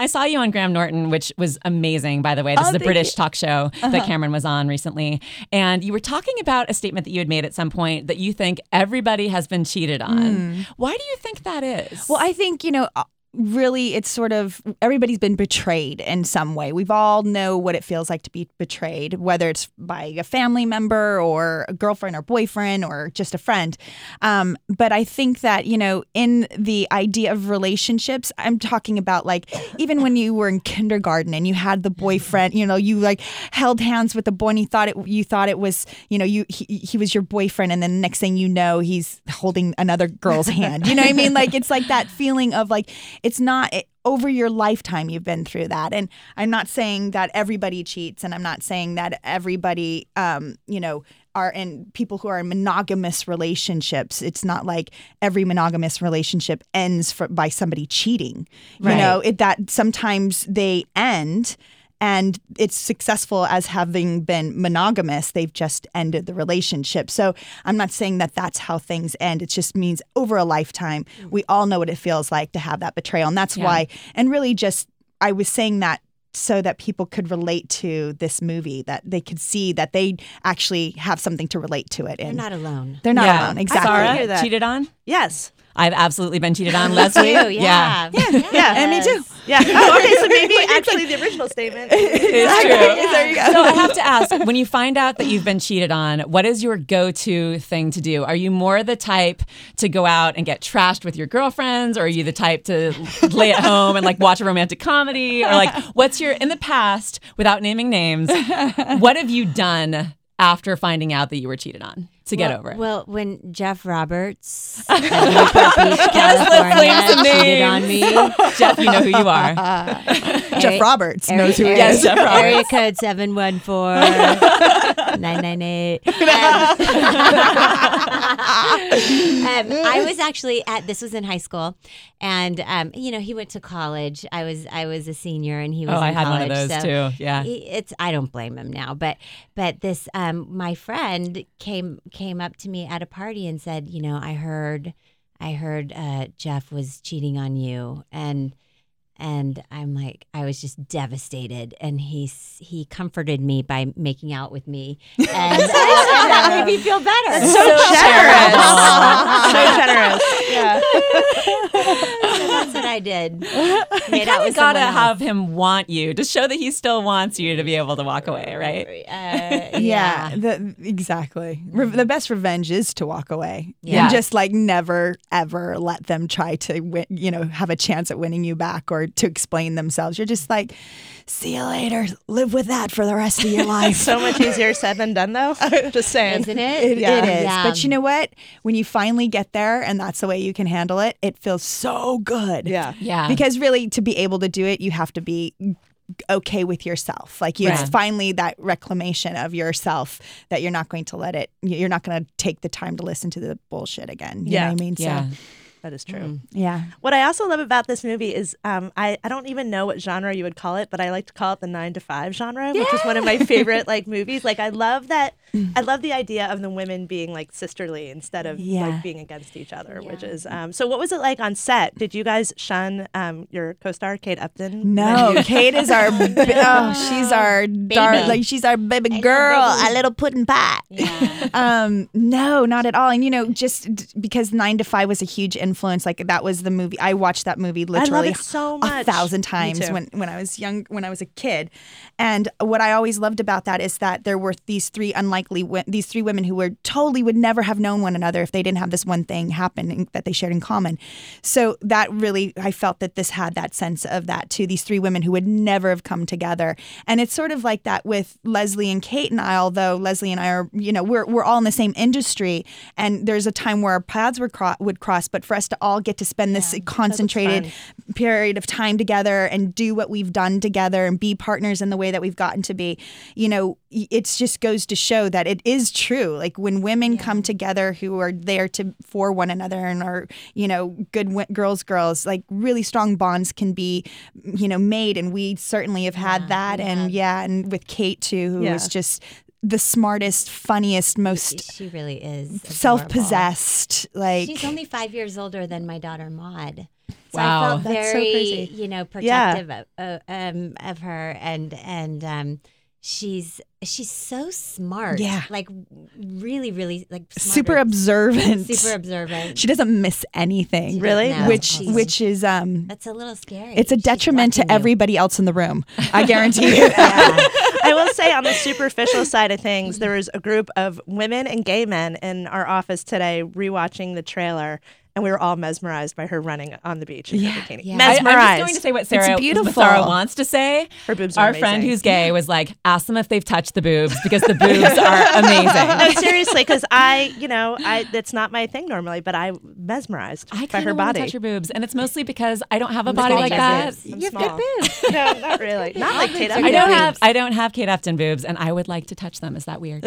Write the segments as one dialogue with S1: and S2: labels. S1: I saw you on Graham Norton, which was amazing, by the way. This
S2: Oh,
S1: is the
S2: thank
S1: British
S2: you. Uh-huh.
S1: talk show that Cameron was on recently. And you were talking about a statement that you had made at some point that you think everybody has been cheated on. Why do you think that is?
S2: Hmm. Well, I think, you know, uh, really it's sort of everybody's been betrayed in some way. We've all know what it feels like to be betrayed, whether it's by a family member or a girlfriend or boyfriend or just a friend. Um, but I think that, you know, in the idea of relationships, I'm talking about like even when you were in kindergarten and you had the boyfriend, you know, you like held hands with the boy and you thought it you thought it was, you know, you he, he was your boyfriend and then the next thing you know, he's holding another girl's hand. You know what I mean? Like it's like that feeling of like it's not it, over your lifetime you've been through that. And I'm not saying that everybody cheats, and I'm not saying that everybody, um, you know, are in people who are in monogamous relationships. It's not like every monogamous relationship ends for, by somebody cheating. You
S1: Right.
S2: know, it, that sometimes they end. And it's successful as having been monogamous. They've just ended the relationship. So I'm not saying that that's how things end. It just means over a lifetime,
S3: Mm.
S2: we all know what it feels like to have that betrayal. And that's
S1: Yeah.
S2: why, and really just, I was saying that so that people could relate to this movie, that they could see that they actually have something to relate to it.
S3: They're
S2: And
S3: not alone.
S2: they're not
S1: Yeah.
S2: alone. Exactly.
S3: Sarah?
S1: Sarah,
S3: hear that.
S1: cheated on?
S3: Yes.
S1: I've absolutely been cheated on,
S3: You,
S1: Leslie.
S3: yeah. Yeah.
S2: Yeah, and me too.
S3: Yeah. Oh, okay. So maybe actually the original statement.
S1: It's true.
S2: There you go.
S1: So I have to ask, when you find out that you've been cheated on, what is your go-to thing to do? Are you more the type to go out and get trashed with your girlfriends, or are you the type to lay at home and like watch a romantic comedy, or like what's your in the past without naming names? What have you done after finding out that you were cheated on to get
S3: well,
S1: over it?
S3: Well, when Jeff Roberts at Newport Beach,
S1: Yes, let's
S3: California, cheated on
S1: name
S3: me.
S1: Jeff, you know who you are.
S2: Jeff Roberts
S3: Area,
S2: knows who he
S3: area-
S2: is.
S1: Yes, Jeff Roberts.
S3: Area code 714-998. Um, um, I was actually at this was in high school, and um, you know he went to college. I was I was a senior, and he was.
S1: Oh,
S3: in
S1: I had one of
S3: college,
S1: those
S3: so
S1: too. Yeah.
S3: he- it's I don't blame him now, but but this um, my friend came came up to me at a party and said, you know, I heard I heard uh, Jeff was cheating on you, and and I'm like I was just devastated, and he s- he comforted me by making out with me, and I said, that made me feel better. So
S2: generous.
S3: so generous. so that's what I did. Made out
S1: You gotta
S3: with someone else.
S1: have him want you to show that he still wants you to be able to walk away, right?
S3: Uh,
S2: Yeah,
S3: yeah.
S2: the, exactly. Re- the best revenge is to walk away
S1: Yeah.
S2: and just like never ever let them try to win, you know, have a chance at winning you back or to explain themselves. You're just like, see you later. Live with that for the rest of your life.
S4: so much easier said than done, though. Just saying.
S3: Isn't
S2: It-
S3: it?
S2: it is. But you know what? When you finally get there and that's the way you can handle it, it feels so good.
S4: Yeah.
S1: Yeah.
S2: Because really, to be able to do it, you have to be okay with yourself. Like you,
S1: Right.
S2: it's finally that reclamation of yourself that you're not going to let it. You're not going to take the time to listen to the bullshit again. You
S4: Yeah.
S2: know what I mean?
S1: yeah.
S2: So,
S4: That is true.
S2: yeah.
S4: Mm. What I also love about this movie is um, I, I don't even know what genre you would call it, but I like to call it the nine to five genre, which is one of my favorite like movies. Like I love that I love the idea of the women being like sisterly instead of
S2: Yeah.
S4: like being against each other, which is um, so what was it like on set? Did you guys shun um, your co star Kate Upton?
S2: No, Kate is our. bi- oh, she's our dark. Like she's our baby girl, a little pudding pie. um, no, not at all. And you know, just d- because Nine to Five was a huge influence. Like that was the movie. I watched that movie literally
S4: it so
S2: a
S4: much.
S2: thousand
S4: Me
S2: times
S4: too.
S2: when when I was young, when I was a kid. And what I always loved about that is that there were these three unlikely, wo- these three women who were totally would never have known one another if they didn't have this one thing happen in- that they shared in common. So that really, I felt that this had that sense of that too. These three women who would never have come together, and it's sort of like that with Leslie and Kate and I. Although Leslie and I are, you know, we're we're all in the same industry, and there's a time where our paths would, cro- would cross. But for us to all get to spend this concentrated period of time together and do what we've done together and be partners in the way that we've gotten to be you know y- it's just goes to show that it is true like when women come together who are there to for one another and are you know good w- girls girls like really strong bonds can be you know made and we certainly have had that and yeah and with Kate too who
S4: Yeah.
S2: was just the smartest funniest most
S3: She really is adorable.
S2: self-possessed like
S3: She's only five years older than my daughter Maud. So I
S1: Wow.
S3: felt
S2: That's so
S3: very,
S2: crazy.
S3: you know,
S4: Yeah.
S3: protective of, uh, um, of her, and and um, she's she's so smart.
S2: Yeah.
S3: like really, really like smarter-
S2: super observant.
S3: super observant.
S2: she doesn't miss anything.
S4: Really?
S3: No.
S2: Which
S3: She's-
S2: which is um
S3: That's a little scary.
S2: it's a
S3: She's
S2: detriment to
S3: watching you.
S2: everybody else in the room. I guarantee you.
S3: Yeah.
S4: I will say on the superficial side of things, there was a group of women and gay men in our office today rewatching the trailer, and we were all mesmerized by her running on the beach in her bikini.
S1: I,
S3: Yeah.
S1: am
S4: Mesmerized.
S1: just going to say what Sarah, what
S2: beautiful.
S1: Sarah wants to say.
S4: Her boobs are
S1: Our friend
S4: amazing.
S1: who's gay was like, ask them if they've touched the boobs because the boobs are amazing.
S4: no, seriously, because I, you know, I that's not my thing normally, but I mesmerized
S1: I
S4: by
S1: can't
S4: her body.
S1: touch your boobs, and it's mostly because I don't have a
S3: Small
S1: body like that.
S3: chest.
S4: I'm
S3: You have
S4: small.
S3: good boobs.
S4: no, not really. Not like Kate.
S1: I don't have I don't have Kate Upton boobs, and I would like to touch them. Is that weird?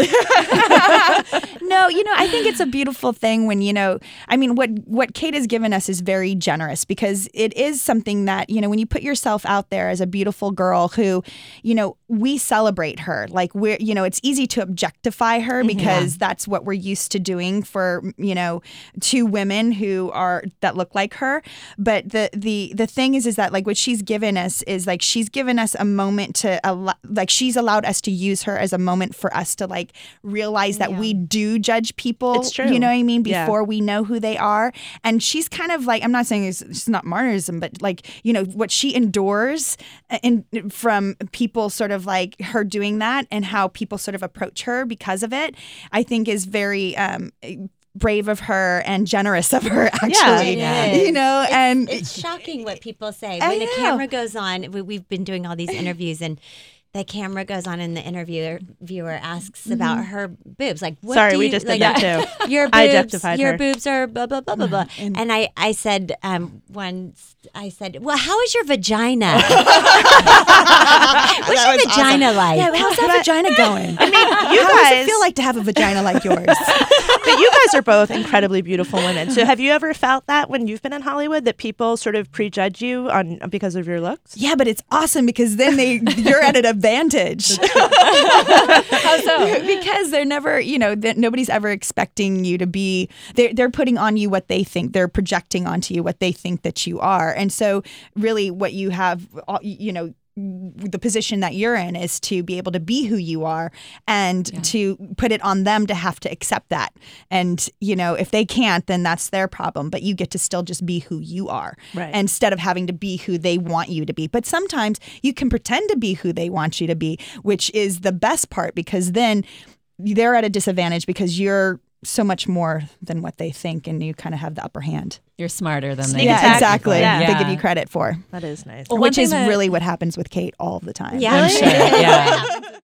S2: no, you know, I think it's a beautiful thing when you know. I mean, what what Kate has given us is very generous because it is something that you know when you put yourself out there as a beautiful girl who, you know, we celebrate her. Like we're you know, it's easy to objectify her
S3: Mm-hmm.
S2: because that's what we're used to doing for you know two women who are that look like her. But the the the thing is, is that like what she's given us is like she's given us a moment to al- like she's allowed us to use her as a moment for us to like realize that we do judge people.
S4: It's true.
S2: You know what I mean?
S4: Yeah.
S2: Before we know who they are, and she's kind of like I'm not saying it's, it's not martyrism, but like you know what she endures uh, in from people sort of like her doing that and how people sort of approach her because of it. I think is very. Um, brave of her and generous of her actually
S3: it
S2: you
S3: is.
S2: know and
S3: it's shocking what people say
S2: I
S3: when the
S2: know.
S3: camera goes on. We, we've been doing all these interviews, and the camera goes on, and the interviewer viewer asks about her boobs. Like, what
S4: Mm-hmm. Sorry,
S3: do
S4: we
S3: you-
S4: just
S3: like,
S4: did that too.
S3: Your
S4: I
S3: boobs,
S4: objectified
S3: your
S4: her. Mm-hmm.
S3: boobs are blah blah blah blah blah. And I, I said um, once, I said, well, how is your vagina? What's your vagina like?
S2: Yeah, how's that vagina going? I
S4: mean, you
S2: How does
S4: guys-
S2: it feel like to have a vagina like yours?
S4: but you guys are both incredibly beautiful women. So have you ever felt that when you've been in Hollywood that people sort of prejudge you on because of your looks?
S2: yeah, but it's awesome because then they you're at an advantage.
S1: How so?
S2: because they're never, you know, that nobody's ever expecting you to be. They're they're putting on you what they think. They're projecting onto you what they think that you are. And so, really, what you have, all- you know. The position that you're in is to be able to be who you are and to put it on them to have to accept that. And, you know, if they can't, then that's their problem, but you get to still just be who you are
S4: Right.
S2: instead of having to be who they want you to be. But sometimes you can pretend to be who they want you to be, which is the best part because then they're at a disadvantage because you're so much more than what they think and you kind of have the upper hand.
S1: You're smarter than they.
S4: Sneak attack.
S2: Yeah, exactly.
S4: Yeah.
S2: They give you credit for,
S4: That is nice.
S1: Well, one
S2: which
S1: thing
S2: is
S1: that-
S2: really what happens with Kate all the time.
S3: Yeah,
S1: sure. Yeah.